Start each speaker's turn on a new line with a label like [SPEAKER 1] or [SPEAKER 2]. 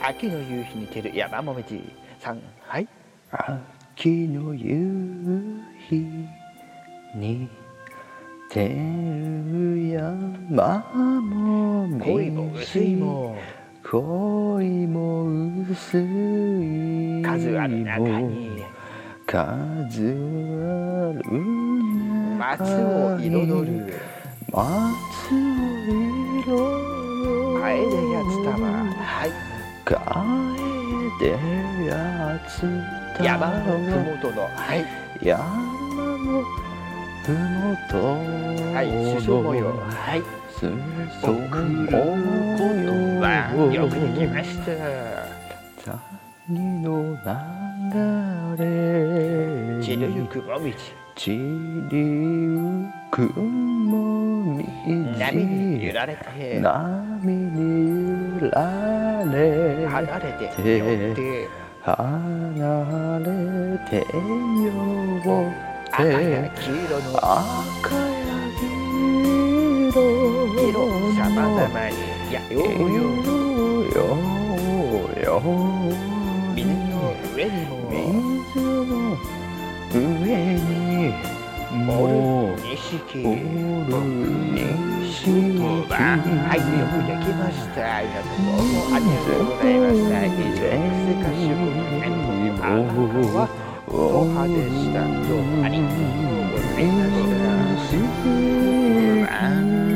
[SPEAKER 1] 秋の夕日に照る山もみじさんはい秋の夕日に照る山もみじ
[SPEAKER 2] 恋も薄いも
[SPEAKER 1] 恋も薄いも
[SPEAKER 2] 数ある中に
[SPEAKER 1] 数ある
[SPEAKER 2] 松を
[SPEAKER 1] 中に
[SPEAKER 2] 彩る
[SPEAKER 1] 松を
[SPEAKER 2] カ
[SPEAKER 1] 彩
[SPEAKER 2] エ
[SPEAKER 1] る
[SPEAKER 2] デやツタマはい
[SPEAKER 1] 帰ってやつた
[SPEAKER 2] 山のふもとのはい
[SPEAKER 1] 山のふもと
[SPEAKER 2] はい首相模様はい
[SPEAKER 1] すそ
[SPEAKER 2] 送る
[SPEAKER 1] も
[SPEAKER 2] ことはよくできました
[SPEAKER 1] 谷の流れ
[SPEAKER 2] 散るゆくもみじ
[SPEAKER 1] 散りゆくもみじ
[SPEAKER 2] 波に揺られて
[SPEAKER 1] 波に揺られ
[SPEAKER 2] 離れて寄って
[SPEAKER 1] 離れてよ
[SPEAKER 2] 赤や黄色の
[SPEAKER 1] 赤や黄色
[SPEAKER 2] 色さまざまにやようよう
[SPEAKER 1] よよ
[SPEAKER 2] 水の上にも
[SPEAKER 1] 水の上に
[SPEAKER 2] も
[SPEAKER 1] も
[SPEAKER 2] 錦
[SPEAKER 1] おるにし
[SPEAKER 2] はい、よくできました。ありがとうもありがとうございました。以上、世界主婦の演目あなたはドハでした。どうもありがとうございました。
[SPEAKER 1] Thank you.